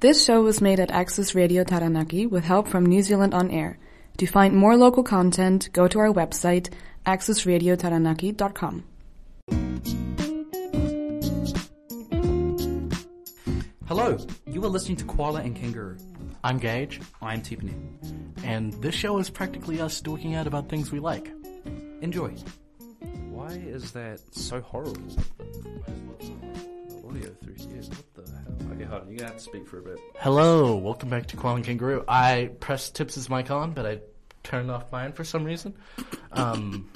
This show was made at Access Radio Taranaki with help from New Zealand On Air. To find more local content, go to our website, accessradiotaranaki.com. Hello, you are listening to Koala and Kangaroo. I'm Gage, I'm Tiffany. and this show is practically us stalking out about things we like. Enjoy. Why is that so horrible? The audio through here, what the hell? Okay, hold on, you're gonna have to speak for a bit. Hello, welcome back to Koala and Kangaroo. I pressed tips as my con, but I turned off mine for some reason. Um,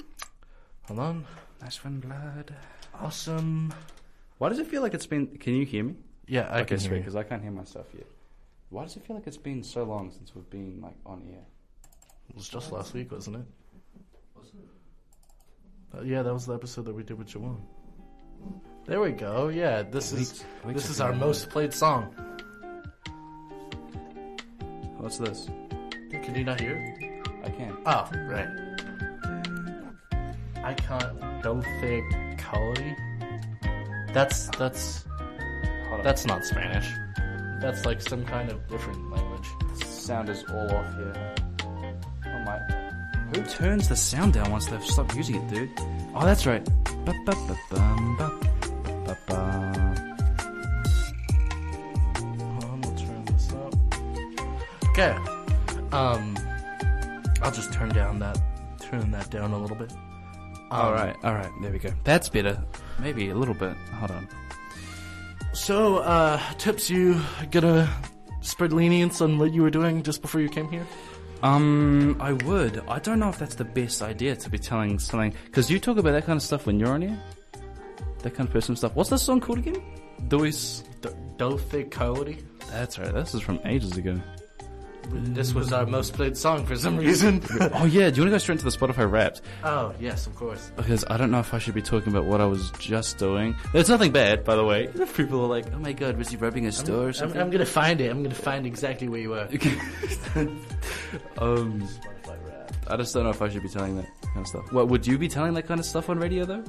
hold on. That's when blood. Awesome. Why does it feel like it's been. Can you hear me? Yeah, I okay, can hear you. because I can't hear myself yet. Why does it feel like it's been so long since we've been, like, on air? It was just last week, wasn't it? Uh, yeah, that was the episode that we did with Jawan. There we go. Yeah, this is Weeks- weeks this of is our being most played song. What's this? Can you not hear? it? I can. Oh, right. I can't. Don't think Kali. That's that's Hold on. that's not Spanish. That's like some kind of different language. The sound is all off here. Oh my. Who turns the sound down once they've stopped using it, dude? Oh, that's right. Ba-ba-ba-bum, ba- ba-ba. Hold Um, on, we'll turn this up. Okay. Um, I'll just turn down that turn that down a little bit. Um, All right, all right, there we go. That's better. Maybe a little bit. Hold on. So, uh, tips you gonna spread lenience on what you were doing just before you came here? Um, I would. I don't know if that's the best idea to be telling something because you talk about that kind of stuff when you're on here. That kind of personal stuff. What's this song called again? Dois. D- Dothic Coyote. That's right. This is from ages ago. This was our most played song for some reason. oh yeah. Do you want to go straight into the Spotify Wrapped? oh, yes, of course. Because I don't know if I should be talking about what I was just doing. It's nothing bad, by the way. If people are like, "Oh my god, was he rubbing his store or I'm, something?" I'm gonna find it. I'm gonna find exactly where you were. um, I just don't know if I should be telling that kind of stuff. What would you be telling that kind of stuff on radio though?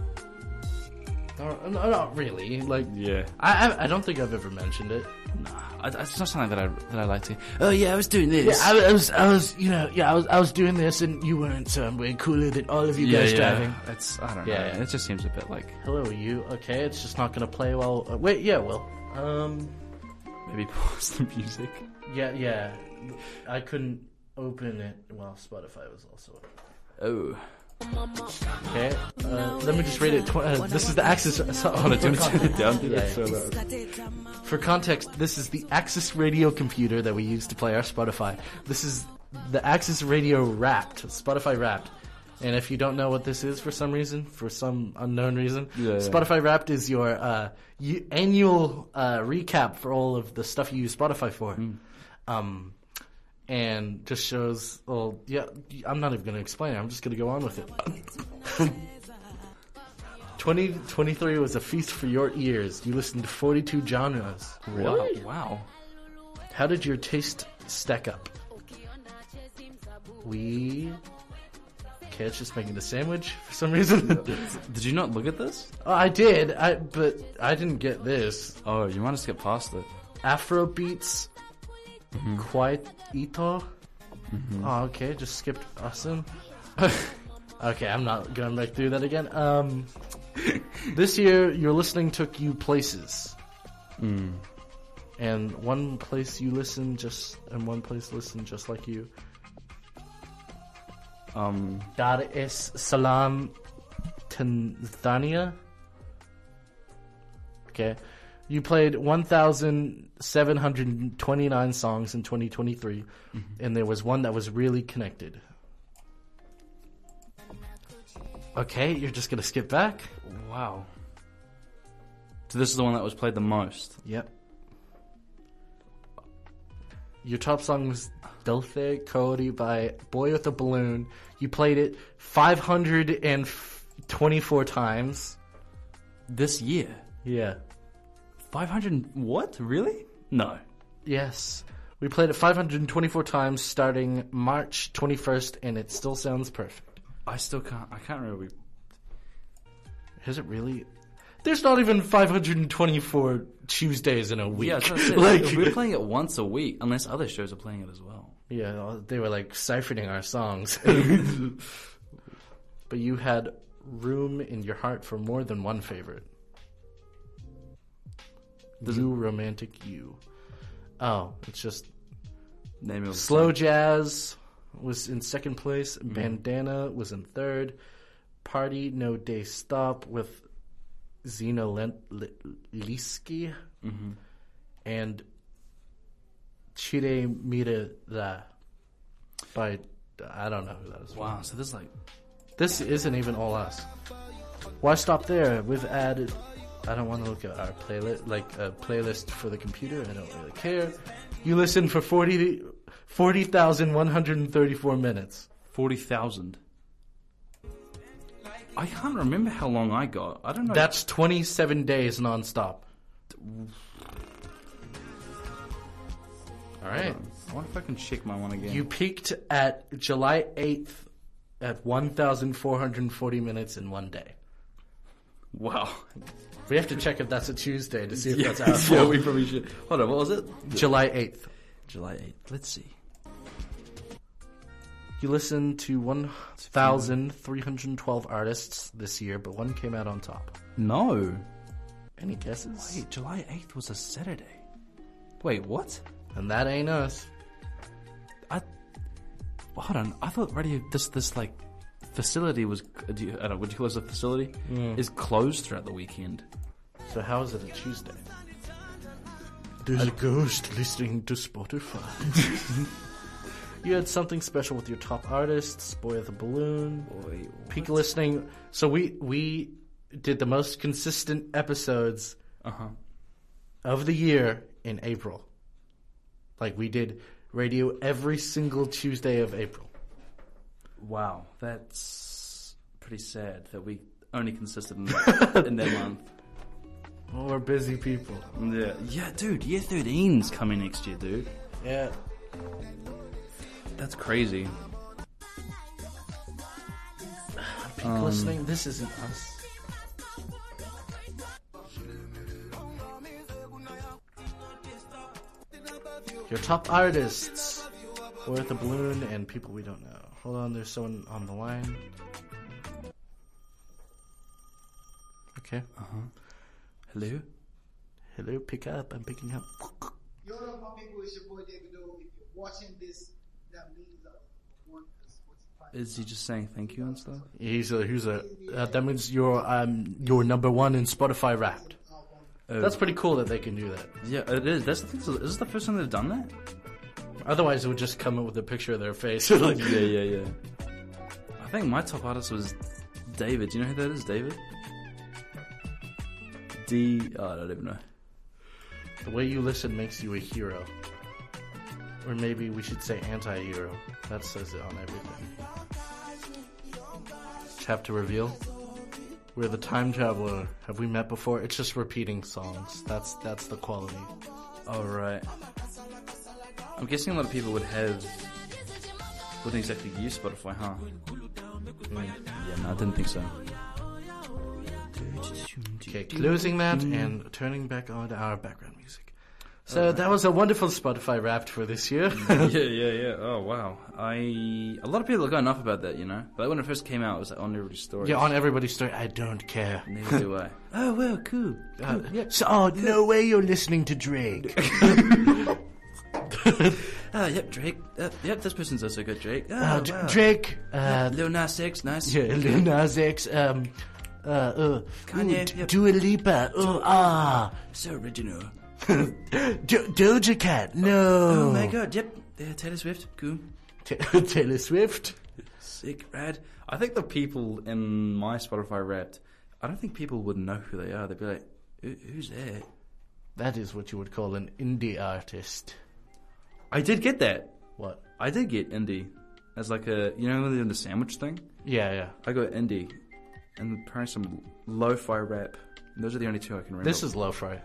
No, no, not really. Like, Yeah. I, I, I don't think I've ever mentioned it. I- It's not something that I that I like to. Oh yeah, I was doing this. Yeah, I, I was, I was, you know, yeah, I was, I was doing this, and you weren't. So I'm way cooler than all of you guys driving. It's I don't Yeah, know. yeah. It just seems a bit like Hello, are you okay? It's just not gonna play well. Uh, wait, yeah, well, um, maybe pause the music. yeah, yeah, I couldn't open it while Spotify was also. up. Oh, Okay, uh, let me just read it. Tw- uh, this is the Axis. so- oh, no, do you want to turn it down? Yeah, yeah. For context, this is the Axis Radio computer that we use to play our Spotify. This is the Axis Radio Wrapped, Spotify Wrapped. And if you don't know what this is for some reason, for some unknown reason, Yeah, yeah. Spotify Wrapped is your uh, you, annual uh, recap for all of the stuff you use Spotify for. Um, and just shows, well, yeah, I'm not even going to explain it. I'm just going to go on with it. 2023 was a feast for your ears. You listened to 42 genres. Wow, wow. How did your taste stack up? We. Cat's just making a sandwich for some reason. Did you not look at this? Oh, I did, I but I didn't get this. Oh, you might have skipped past it. Afro beats, quiet ito. Oh, okay, just skipped awesome. okay, I'm not going back through that again. Um, this year, your listening took you places, and one place you listen just, and one place listen just like you. Um, Dar es Salaam, Tanzania. Okay. You played 1,729 songs in 2023, and there was one that was really connected. Okay, you're just going to skip back? wow. So this is the one that was played the most. Yep. Your top song was Dulce Cody by Boy with a Balloon. You played it 524 times. This year, Yeah. five hundred. What? Really? No. Yes. We played it 524 times starting March 21st, and it still sounds perfect. I still can't. I can't remember. Is it really? There's not even 524 Tuesdays in a week. Yeah, I was gonna say, like, like, we're playing it once a week, unless other shows are playing it as well. yeah, they were like siphoning our songs. but you had room in your heart for more than one favorite. you romantic you. Oh, it's just Name it was Slow Jazz was in second place. Bandana was in third. Party No Day Stop with Zena Len- L- Liski and Chire Mirada by I don't know who that is. Wow, so this is like This isn't even all us. Why stop there? We've added. I don't want to look at our playlist, like a playlist for the computer. I don't really care. You listen for 40 40,134 minutes. forty thousand. I can't remember how long I got. I don't know. That's 27 days nonstop. All right. I wonder if I can check my one again. You peaked at July 8th at 1,440 minutes in one day. wow. We have to check if that's a Tuesday to see if that's our yeah, we probably should. Hold on, what was it? July 8th. July eighth. Let's see. You listened to 1,312 artists this year, but one came out on top. No. Any guesses? Wait, July eighth was a Saturday. Wait, what? And that ain't us. I well, hold on. I thought radio this this like facility was. Do you, I don't know. Would you call this a facility? Is closed throughout the weekend. So how is it a Tuesday? There's a ghost listening to Spotify. you had something special with your top artists, Boy of the Balloon, Boy, peak listening. So we we did the most consistent episodes Uh Uh-huh. huh. of the year in April. Like we did radio every single Tuesday of April. Wow, that's pretty sad that we only consisted in, that- in that month. Well, Oh, we're busy people. Yeah, yeah, dude. Year thirteen's coming next year, dude. Yeah. That's crazy. Peak listening. This isn't us. Your top artists. Worth a balloon and people we don't know. Hold on, there's someone on the line. Okay. Hello. Hello, pick up. I'm picking up. Yo, what up, my people? It's your boy David O. If you're watching this, that means I want the sports podcast. Is he just saying thank you and stuff? He's a. He's a. Uh, that means you're um you're number one in Spotify Wrapped. Oh. That's pretty cool that they can do that. Yeah, it is. That's the thing. Is this the first time they've done that? Otherwise, it would just come up with a picture of their face. like, Yeah, yeah, yeah. I think my top artist was David. Do you know who that is, David? D. Oh, I don't even know. The way you listen makes you a hero. Or maybe we should say anti hero. That says it on everything. Chapter reveal. We're the time traveler. Have we met before? It's just repeating songs. That's that's the quality. All right. I'm guessing a lot of people would have wouldn't exactly use Spotify, huh? Hmm. Yeah, no, I didn't think so. Okay, closing that and turning back on to our background music. So that was a wonderful Spotify Wrapped for this year. yeah, yeah, yeah. Oh wow. I a lot of people are going off about that, you know. But when it first came out, it was like on everybody's story. yeah, on everybody's story. I don't care. Neither do I. Oh well, cool. Uh, so, oh, no way you're listening to Drake. Ah, yep, Drake. Uh, yep, this person's also good, Drake. Oh, Uh, wow. Dr- Drake. Uh, Lil Nas X, nice. Yeah, Lil Nas X, um, uh, uh, Kanye, ooh, yep. Dua Lipa, ooh, ah, So original. Do- Doja Cat, no. Oh my god, yep. Yeah, Taylor Swift, cool. Ta- Taylor Swift. Sick, rad. I think the people in my Spotify Wrapped, I don't think people would know who they are. They'd be like, "Who- who's that? That is what you would call an indie artist. I did get that. What? I did get indie as like a, you know, when they're doing the sandwich thing? Yeah, yeah. I got indie and apparently some lo-fi rap. Those are the only two I can remember. This is lo-fi.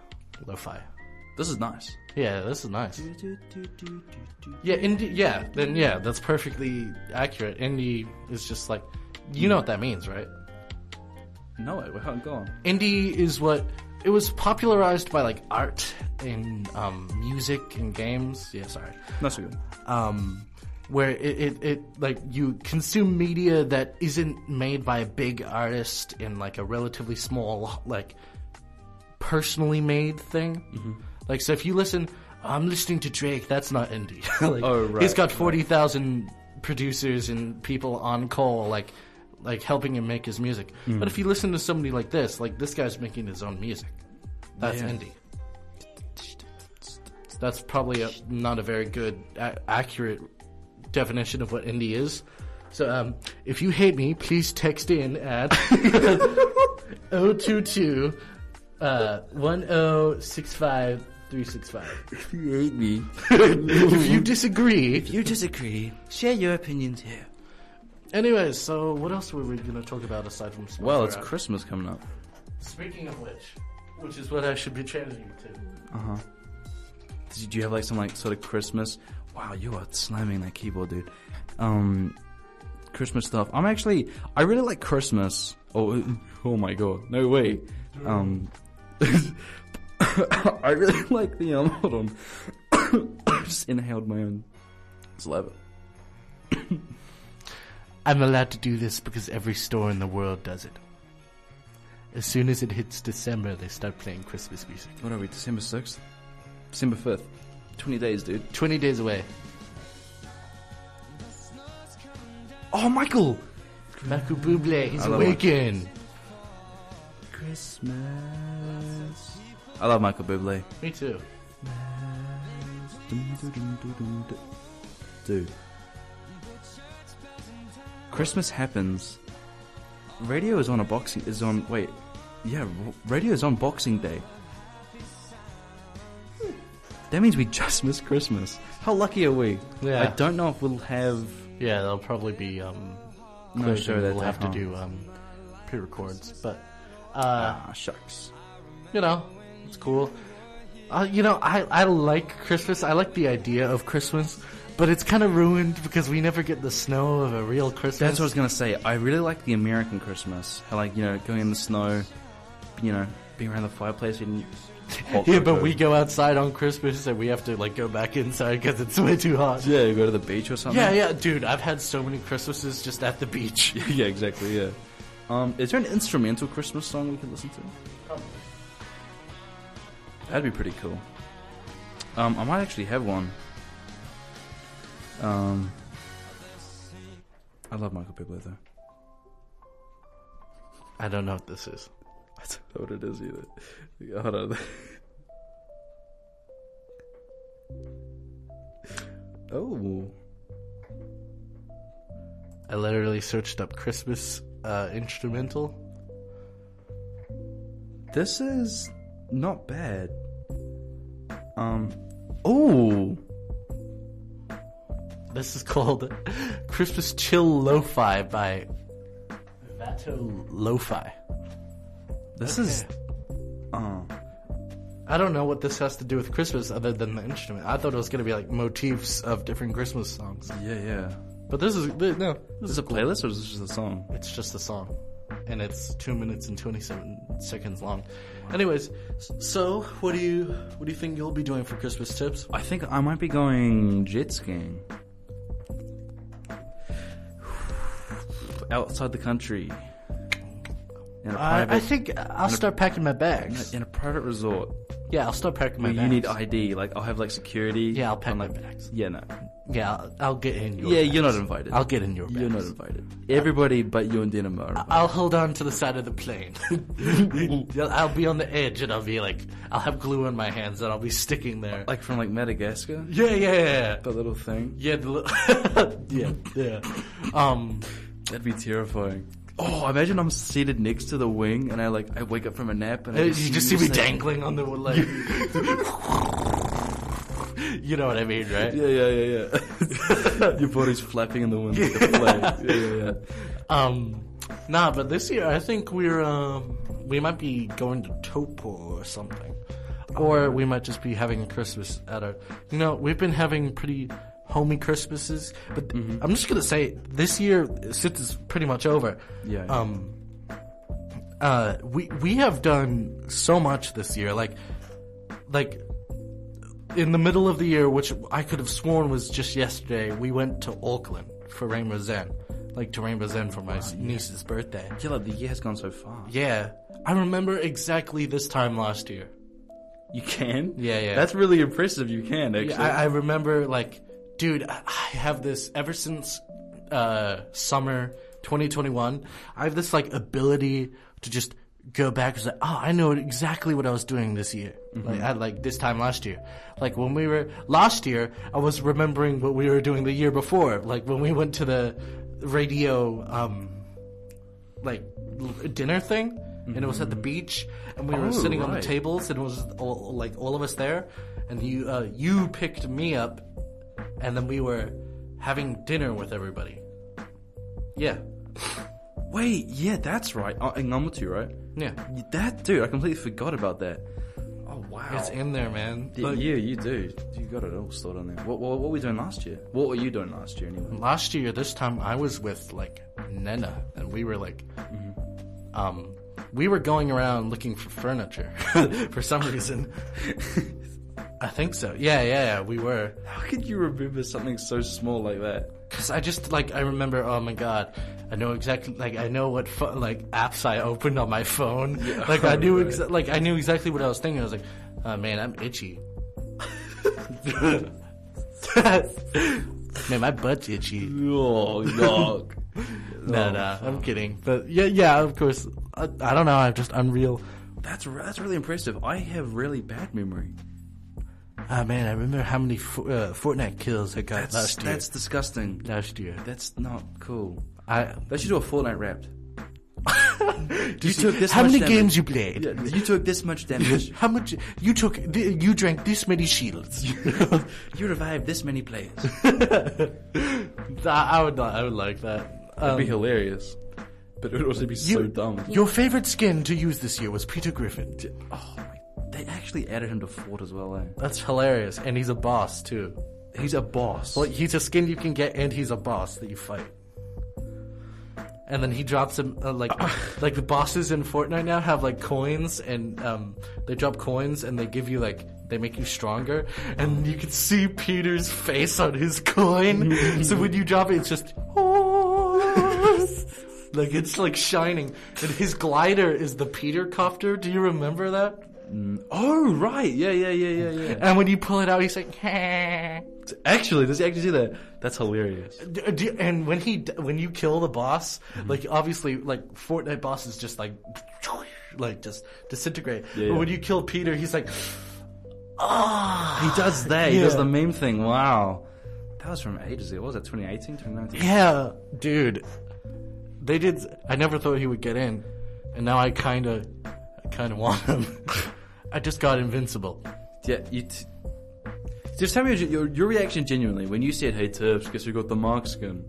Lo-fi. this is nice. Yeah, this is nice. Yeah, indie, yeah, then yeah, that's perfectly accurate. Indie is just like, you know what that means, right? No, it won't. Go on. indie is what it was popularized by like art and um, music and games. Yeah, sorry. That's good. Um, where it, it, it like you consume media that isn't made by a big artist in like a relatively small like personally made thing. Mm-hmm. Like so, if you listen, I'm listening to Drake. That's not indie. like, Oh, right, He's got forty thousand producers and people on call, like like helping him make his music. Hmm. But if you listen to somebody like this, like this guy's making his own music. That's Yeah. indie. That's probably a, not a very good, a- accurate definition of what indie is. So, um, if you hate me, please text in at 022 uh, 1065365. If you hate me, if you disagree. you disagree. Share your opinions here. Anyways, so what else were we going to talk about aside from Smash Well, it's Bros? Christmas coming up. Speaking of which, which is what I should be changing to. Uh huh. Do you have like some like sort of Christmas? Wow, you are slamming that keyboard, dude. Um, Christmas stuff. I'm actually, I really like Christmas. Oh, oh my god, no way. Um, I really like the um. Hold on, I just inhaled my own saliva. I'm allowed to do this because every store in the world does it. As soon as it hits December, they start playing Christmas music. What are we? December sixth, December fifth. Twenty days, dude. 20 days away. Oh, Michael. Michael Bublé, he's I love awakened. Christmas. I love Michael Bublé. Me too. Dude. Christmas happens. Radio is on a boxing is on wait. Yeah, r- radio is on Boxing Day. That means we just missed Christmas. How lucky are we? Yeah. I don't know if we'll have Yeah, there'll probably be um, No, closing. sure, that's we'll have at to home. do um, pre-records, but uh, ah shucks. you know, it's cool. Uh, you know, I I like Christmas. I like the idea of Christmas, but it's kind of ruined because we never get the snow of a real Christmas. That's what I was gonna say. I really like the American Christmas. How like you know going in the snow, you know being around the fireplace and hot yeah, but cocoa. we go outside on Christmas and we have to like go back inside because it's way too hot. yeah you go to the beach or something. Yeah, yeah, dude, I've had so many Christmases just at the beach. yeah, exactly. Yeah. Um, is there an instrumental Christmas song we could listen to? That'd be pretty cool. Um, I might actually have one. Um, I love Michael Bublé though. I don't know what this is. I don't know what it is either. Hold on. oh, I literally searched up Christmas uh, instrumental. this is not bad. Um, oh, This is called Christmas Chill Lo-Fi by Vato Lo-Fi. this is. Oh. I don't know what this has to do with Christmas other than the instrument. I thought it was going to be like motifs of different Christmas songs. Yeah, yeah. But this is th- no, Is this a playlist or is this just a song? it's just a song. And it's 2 minutes and 27 seconds long. Anyways, s- so what do you what do you think you'll be doing for Christmas tips? I think I might be going jet skiing. Outside the country. In a I, private, I think I'll start packing my bags. in a private resort. Yeah, I'll start packing my Where bags. you need ID. Like, I'll have, like, security. Yeah, I'll pack I'm my like- bags. Yeah, no. Yeah, I'll, I'll get in your yeah, bags. you're not invited. I'll get in your bags. You're not invited. Everybody but you and Denim are invited. I'll hold on to the side of the plane. I'll be on the edge and I'll be like, I'll have glue on my hands and I'll be sticking there. Like, from, like, Madagascar. Yeah, yeah, yeah. That little thing. Yeah, the li- yeah, yeah. Um, That'd be terrifying. Oh, imagine I'm seated next to the wing and I, like, I wake up from a nap and I Uh, you just see you me saying- dangling on the like. you know what I mean, right? Yeah, yeah, yeah, yeah. Your body's flapping in the wind like a flag. Yeah, yeah, yeah. Um, nah, but this year I think we're um we might be going to Topo or something, or we might just be having a Christmas at our. You know, we've been having pretty homey Christmases, but Mm-hmm. I'm just gonna say this year since it's pretty much over. Yeah, yeah. Um, uh, we we have done so much this year. Like, like in the middle of the year, which I could have sworn was just yesterday, we went to Auckland for Rainbow Zen, like to Rainbow Zen for my niece's birthday. Yeah, like the year has gone so far. Yeah, I remember exactly this time last year. You can? Yeah, yeah. That's really impressive. You can, actually. Yeah, I, I remember, like, dude, I I have this ever since uh, summer 2021. I have this like ability to just go back and say, "Oh, I know exactly what I was doing this year." Like, at like this time last year, like when we were last year, I was remembering what we were doing the year before, like when we went to the radio um, like l- dinner thing, and it was at the beach, and we Mm-hmm. Oh, were sitting on the right. tables, and it was all, like all of us there, and you uh, you picked me up, and then we were having dinner with everybody. Yeah, Wait, yeah, that's right. Uh, in number two, right? yeah, Y- That dude, I completely forgot about that. Oh wow. it's in there, man. yeah, yeah, you do. You got it all stored on there. What, what, what were we doing last year? What were you doing last year anyway? Last year, this time I was with like Nena, and we were like, Mm-hmm. um, we were going around looking for furniture for some reason. I think so. Yeah, yeah, yeah. We were. How could you remember something so small like that? Cause I just like I remember. Oh my god, I know exactly. Like I know what pho- like apps I opened on my phone. like I knew. Exa- like I knew exactly what I was thinking. I was like, oh man, I'm itchy. man, my butt's itchy. Oh, dog. No, no, I'm kidding. But yeah, yeah, of course. I, I don't know. I'm just unreal. that's re- that's really impressive. I have really bad memory. Ah man, I remember how many fo- uh, Fortnite kills I got That's last year. that's disgusting. last year. That's not cool. I. They should do a Fortnite rap. You took this how much many damage. games you played? You took this much damage. How much you took? th- You drank this many shields. you revived this many players. I would not. I would like that. Um, It'd be hilarious, but it would also be so you- dumb. Your favorite skin to use this year was Peter Griffin. Oh my! They actually added him to Fort as well. Eh? That's hilarious, and he's a boss too. He's a boss. Well, he's a skin you can get, and he's a boss that you fight. And then he drops him uh, like like the bosses in Fortnite now have like coins, and um, they drop coins, and they give you like they make you stronger, and you can see Peter's face on his coin. so when you drop it, it's just. Like it's like shining, and his glider is the Peter copter. Do you remember that? oh right, yeah, yeah, yeah, yeah, yeah. And when you pull it out, he's like, Actually, does he actually do that? That's hilarious. D- d- and when he d- when you kill the boss, like obviously like Fortnite bosses just like like just disintegrate. Yeah, But yeah. when you kill Peter, he's like ah. He does that. He Yeah. does the meme thing. Wow, that was from ages ago. What was that 2018, 2019? Yeah, dude. They did I never thought he would get in. And now I kind of I kind of want him. I just got invincible. Yeah, you. T- just tell me your, your, your reaction genuinely when you said, "Hey, Tips, guess who got the mark skin?"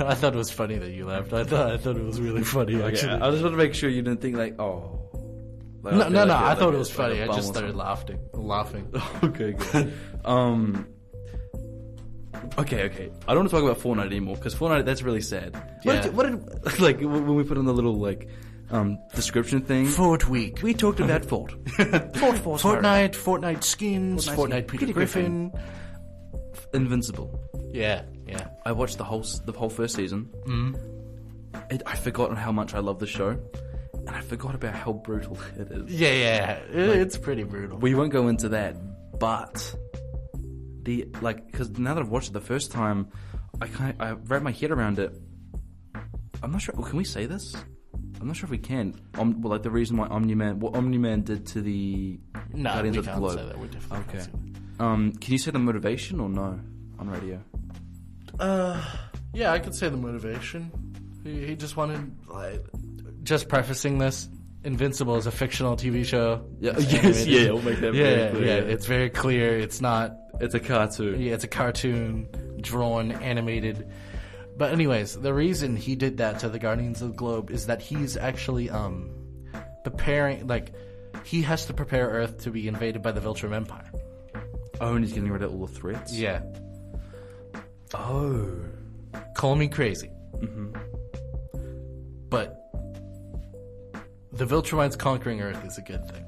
I thought it was funny that you laughed. I thought I thought it was really funny Okay, actually. I I just want to make sure you didn't think like, oh. Like, no, okay, no, like no. a- I like thought a- it was like a funny. I bum just or started laughing, laughing. something. Okay, good. um. Okay, okay. I don't want to talk about Fortnite anymore because Fortnite that's really sad. What Yeah. did, what did like w- when we put in the little like um description thing? Fort week. we talked about Fort. Fort, Fort, Fortnite, Fortnite skins, Fortnite Fortnite, skin. Peter, Peter Griffin. Griffin. Invincible. Yeah, yeah. I watched the whole s- the whole first season. Mm. It, I forgot how much I love the show, and I forgot about how brutal it is. Yeah, yeah. It, it's pretty brutal. We won't go into that, but the like because now that I've watched it the first time, I kind I wrapped my head around it. I'm not sure. Can we say this? I'm not sure if we can. Um, well, like the reason why Omni Man, what Omni Man did to the no, Guardians we of the can't Globe. say that. We're definitely Okay. okay. Um, can you say the motivation or no on radio? Uh, yeah, I could say the motivation. He, he just wanted. Like, just prefacing this, Invincible is a fictional TV show. It's animated. make that Yeah, yeah, It's very clear. It's not. It's a cartoon. Yeah, it's a cartoon, drawn, animated. But anyways, the reason he did that to the Guardians of the Globe is that he's actually um preparing like he has to prepare Earth to be invaded by the Viltrum Empire. Oh, and he's getting rid of all the threats. Yeah. Oh. Call me crazy. But The Viltrumites conquering Earth is a good thing.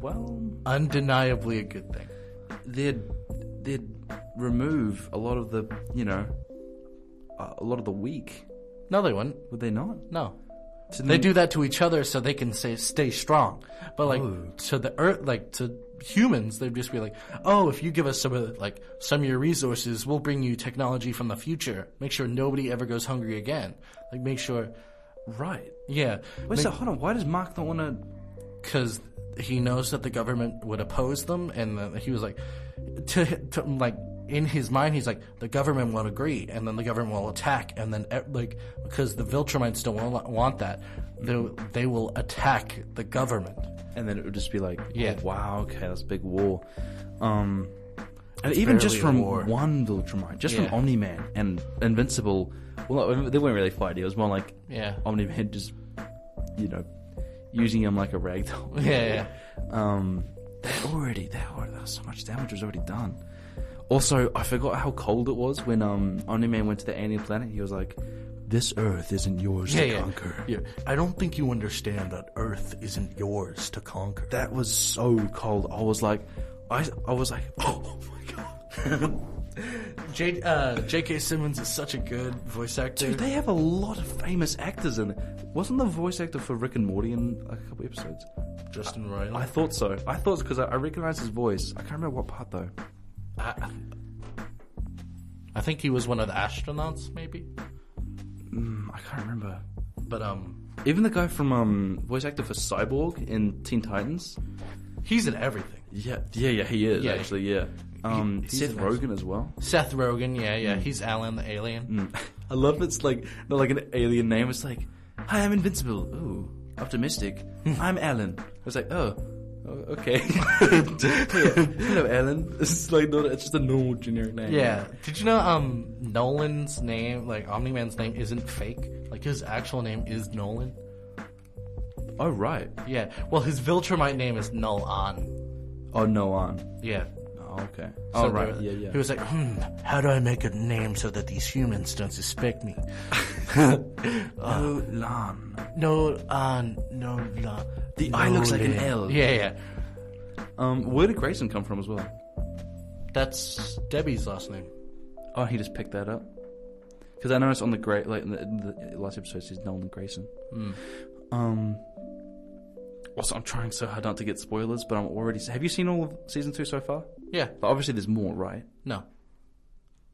Well, Undeniably a good thing. they'd they'd remove a lot of the you know a a lot of the weak, No, they wouldn't. would they not? No. To They do that to each other so they can say, stay strong. But like to the earth, like to humans, they'd just be like, "Oh, if you give us some of the- like some of your resources, we'll bring you technology from the future. Make sure nobody ever goes hungry again. Like make sure, right. yeah, Wait, so hold on. Why does Mark not want to? because he knows that the government would oppose them, and uh, he was like, to, to like in his mind, he's like, the government won't agree, and then the government will attack, and then e- like because the Viltrumites don't wa- want that, they they will attack the government. And then it would just be like, Yeah. oh, wow, okay, that's a big war. Um, and even just barely from a war. one Viltrumite, just Yeah. from Omni Man and Invincible. Well, they weren't really fighting. It was more like Yeah. Omni Man just, you know, using him like a ragdoll. Yeah, yeah. Um, they already they already there was so much damage was already done. Also, I forgot how cold it was when um Omni Man went to the alien planet. He was like, "This Earth isn't yours yeah, to yeah. conquer." Yeah. I don't think you understand that Earth isn't yours to conquer. That was so cold. I was like, I I was like, oh my god. J- uh, J.K. Simmons is such a good voice actor. Dude, they have a lot of famous actors in it. Wasn't the voice actor for Rick and Morty in a couple episodes? Justin Roiland. I thought so. I thought because I, I recognized his voice. I can't remember what part though. I, I think he was one of the astronauts, maybe. Mm, I can't remember. But um, Even the guy from um, voice actor for Cyborg in Teen Titans. he's in everything. Yeah, yeah, yeah. He is Yeah. actually. Yeah. Um, he's Seth an ex- Rogen as well. Seth Rogen, yeah, Mm-hmm. yeah, he's Alan the alien. I love it's like not like an alien name. It's like, hi, I'm invincible. Ooh, optimistic. I'm Alan. It's like, oh, o- okay. Hello, Alan. It's like not. It's just a normal generic name. Yeah. Did you know um Nolan's name, like Omni Man's name, isn't fake? Like his actual name is Nolan. Oh right. Yeah. Well, his Viltrumite name is Nolan. Oh no, on. Yeah. Oh, okay. So Oh they right. were- Yeah, yeah. He was like, hmm, how do I make a name so that these humans don't suspect me? oh, Lan. No, uh, no, no. The eye looks like an L. Yeah, yeah. Um, where did Grayson come from as well? That's Debbie's last name. Oh, he just picked that up. Because I noticed on the great like in the, in the last episode, he's Nolan Grayson. Um. Also, I'm trying so hard not to get spoilers, but I'm already. Have you seen all of season two so far? Yeah. But obviously, there's more, right? No.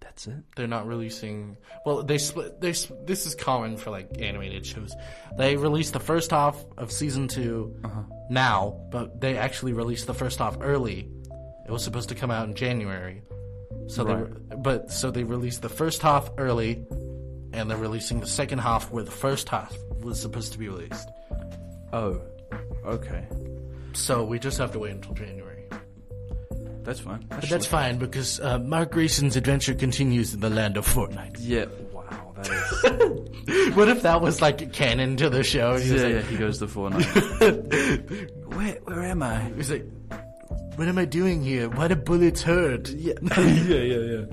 That's it. they're not releasing. Well, they split. They s- this is common for like animated shows. They release the first half of season 2 Uh-huh. now, but they actually released the first half early. It was supposed to come out in January, so they were, but so they released the first half early, and they're releasing the second half where the first half was supposed to be released. Oh, okay. So we just have to wait until January. That's fine. But that's fine because uh, Mark Grayson's adventure continues in the land of Fortnite. yeah. Wow, that is. What if that was like canon to the show? He was yeah, like, yeah, he goes to Fortnite. where, where am I? He's like, what am I doing here? Why do bullets hurt? Yeah, yeah, yeah,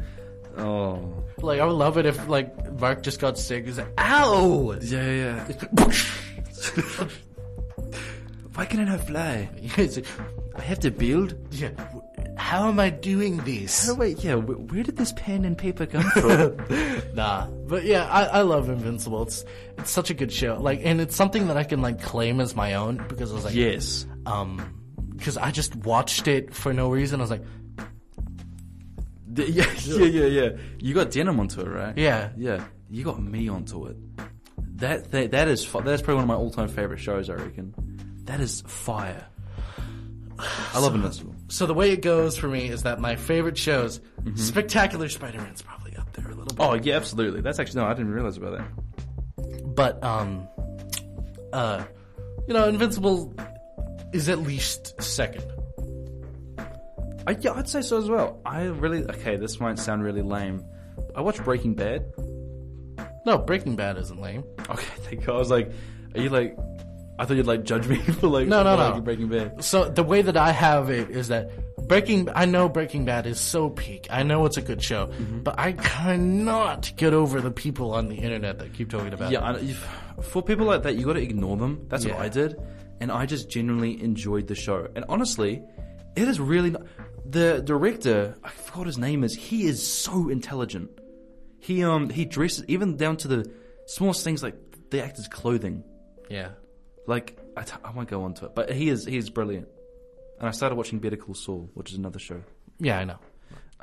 yeah. Oh, Like, I would love it if, like, Mark just got sick. He's like, ow! yeah, yeah. Why can I not fly? He's like, I have to build. yeah, w- how am I doing this? Oh wait, yeah. Where, where did this pen and paper come from? Nah. But yeah, I, I love Invincible. It's, it's such a good show. Like, and it's something that I can, like, claim as my own because I was like, yes. um, because I just watched it for no reason. I was like, The- yeah, yeah, yeah, yeah. You got denim onto it, right? yeah, Yeah. You got me onto it. That that, that is fi- that's probably one of my all time favorite shows. I reckon. That is fire. I love Invincible. So the way it goes for me is that my favorite shows, Mm-hmm. Spectacular Spider-Man's probably up there a little bit. Oh yeah, absolutely. That's actually no, I didn't realize about that. But um uh you know, Invincible is at least second. I, yeah, I'd say so as well. I really okay. This might sound really lame. I watched Breaking Bad. No, Breaking Bad isn't lame. Okay, thank God. I was like, are you like? I thought you'd like judge me for like No, no, for, no. like, Breaking Bad. So the way that I have it is that Breaking. I know Breaking Bad is so peak. I know it's a good show, but I cannot get over the people on the internet that keep talking about Yeah, it. I, if, for people like that, you got to ignore them. That's what Yeah. I did, and I just genuinely enjoyed the show. And honestly, it is really not, the director. I forgot what his name is. He is so intelligent. He um he dresses even down to the smallest things like the actor's clothing. Yeah. Like I, t- I won't go onto it, but he is he is brilliant. And I started watching Better Call Saul, which is another show. Yeah, I know.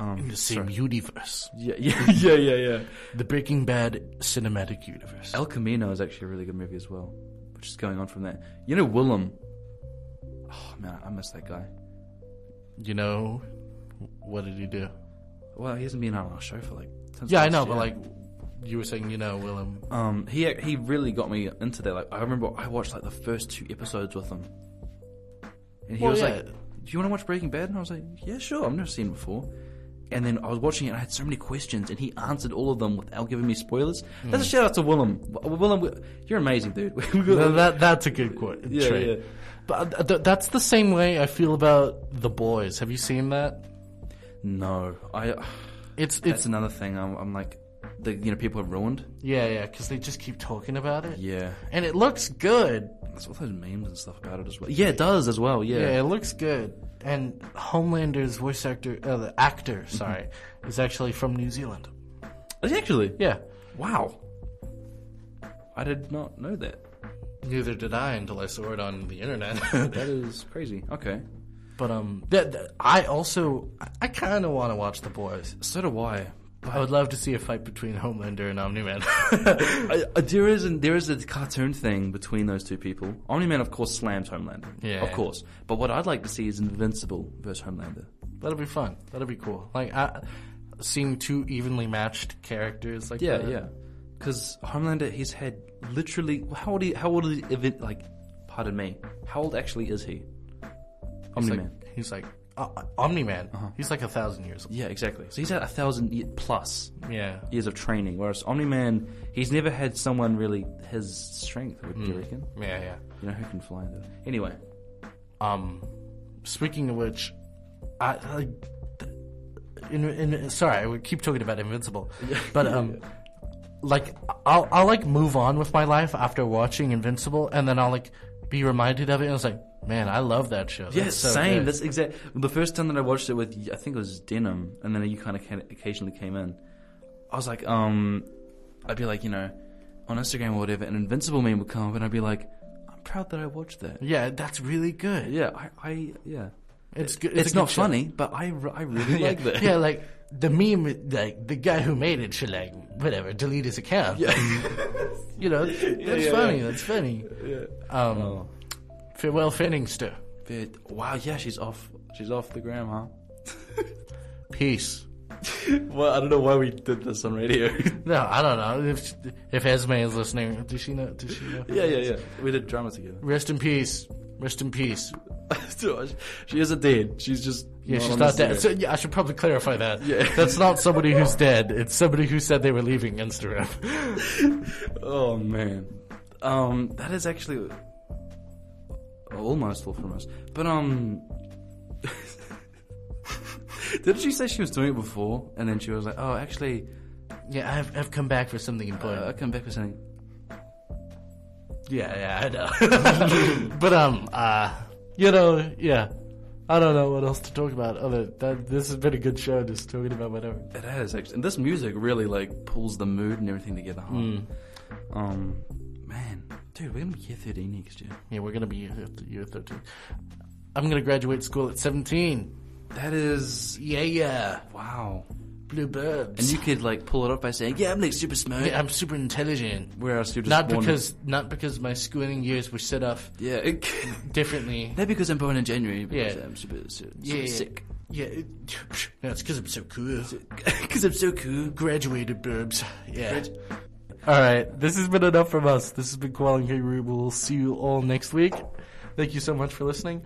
In Um, the same universe, yeah, yeah, yeah, yeah, yeah. the Breaking Bad cinematic universe. El Camino is actually a really good movie as well, which is going on from there. You know Willem. Oh man, I miss that guy. You know, what did he do? Well, he hasn't been on our show for like. since Yeah, I last know, but year. like you were saying, you know, Willem. um, he ac- he really got me into that. Like, I remember I watched like the first two episodes with him, and he Well, was Oh, yeah. like, "Do you want to watch Breaking Bad?" And I was like, "Yeah, sure. I've never seen it before." And then I was watching it, and I had so many questions, and he answered all of them without giving me spoilers. That's Mm. a shout out to Willem. W- Willem, we- you're amazing, dude. We got- Th- that that's a good quote. Yeah, trait. yeah. But uh, th- that's the same way I feel about the boys. Have you seen that? no, I. It's It's it's another thing. I'm, I'm like, the, you know, people are ruined. yeah yeah because they just keep talking about it. Yeah, And it looks good. that's all those memes and stuff about it as well. Yeah, it does as well. Yeah, Yeah. it looks good. And Homelander's voice actor, uh, the actor, sorry, is actually from New Zealand. Is it actually. Yeah. Wow. I did not know that. Neither did I until I saw it on the internet. That is crazy. Okay. but um, that, that- I also I kind of want to watch The Boys. So do I. I would love to see a fight between Homelander and Omni Man. I, I there is an, there is a cartoon thing between those two people. Omni Man, of course, slams Homelander. Yeah. Of course. But what I'd like to see is Invincible versus Homelander. That'll be fun. That'll be cool. Like I, seeing two evenly matched characters like Yeah, that. yeah. Because Homelander, he's had literally how old? He, how old is he? even- Like, pardon me. How old actually is he? He's Omni like, Man. he's like uh, Omni Man. Uh-huh. He's like a thousand years old. Yeah, exactly. So he's had a thousand ye- plus Yeah. years of training, whereas Omni Man, he's never had someone really his strength. Would you reckon? Yeah, yeah. You know who can fly though. Anyway, Um, speaking of which, I, I in, in, sorry, I would keep talking about Invincible, but um, like I'll I'll like move on with my life after watching Invincible, and then I'll like be reminded of it, and it's like, man, I love that show. That's yeah, so same. good. That's exact. The first time that I watched it with, y- I think it was Denim, and then you kind of occasionally came in. I was like, um, I'd be like, you know, on Instagram or whatever, an Invincible meme would come up, and I'd be like, I'm proud that I watched that. yeah, that's really good. Yeah, I, I yeah. It's good. It's, a not good show. funny, but I, r- I really like that. Yeah, like the meme, like the guy who made it should like whatever delete his account. Yeah. you know, that's funny. That's funny. Um, Farewell Finningster. Oh, But, wow, yeah, she's off. She's off the gram, huh? Peace. Well, I don't know why we did this on radio. No, I don't know if if Esme is listening. Does she know? Does she know? yeah, yeah, yeah. We did drama together. Rest in peace. Rest in peace. she isn't dead. She's just Yeah, she's on not dead. Instagram. So, yeah, I should probably clarify that. Yeah. That's not somebody who's dead. It's somebody who said they were leaving Instagram. oh man, um, that is actually almost all from us. But um, did she say she was doing it before, and then she was like, "Oh, actually, yeah, I've, I've come back for something important. uh, I come back for something." Yeah, yeah, I know. but um, uh, you know, yeah, I don't know what else to talk about. Other that this has been a good show, just talking about whatever. It has actually, and this music really like pulls the mood and everything together. Huh? Um, man, dude, we're gonna be year thirteen next year. Yeah, we're gonna be here at the year thirteen. I'm gonna graduate school at seventeen. That is Yeah, yeah, wow. bluebirds. And you could like pull it up by saying, "Yeah, I'm like super smart." yeah, I'm super intelligent. Whereas you're just Not born- because not because my schooling years were set off yeah, it, differently. not because I'm born in January. Because Yeah. I'm super, super, Yeah, yeah. sick. Yeah, it, no, it's because I'm so cool. Because I'm so cool. graduated burbs. Yeah. All right. This has been enough from us. This has been Koala and Kangaroo. We'll see you all next week. Thank you so much for listening.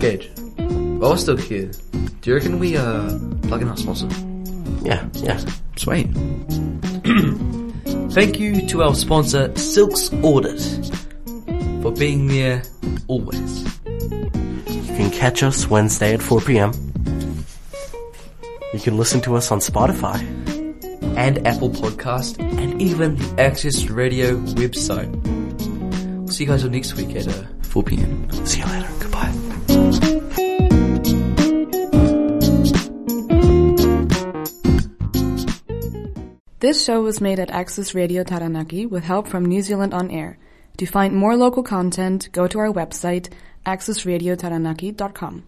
Gage, while we're still here, do you reckon we uh plug in our sponsor? Yeah, yeah. Sweet. Thank you to our sponsor, Silks Audit. For being there always. can catch us Wednesday at 4 p.m. You can listen to us on Spotify. and Apple Podcast, and even the Access Radio website. We'll see you guys all next week at uh, 4 p.m. See you later. Goodbye. This show was made at Access Radio Taranaki with help from New Zealand On Air. To find more local content, go to our website, accessradiotaranaki.com.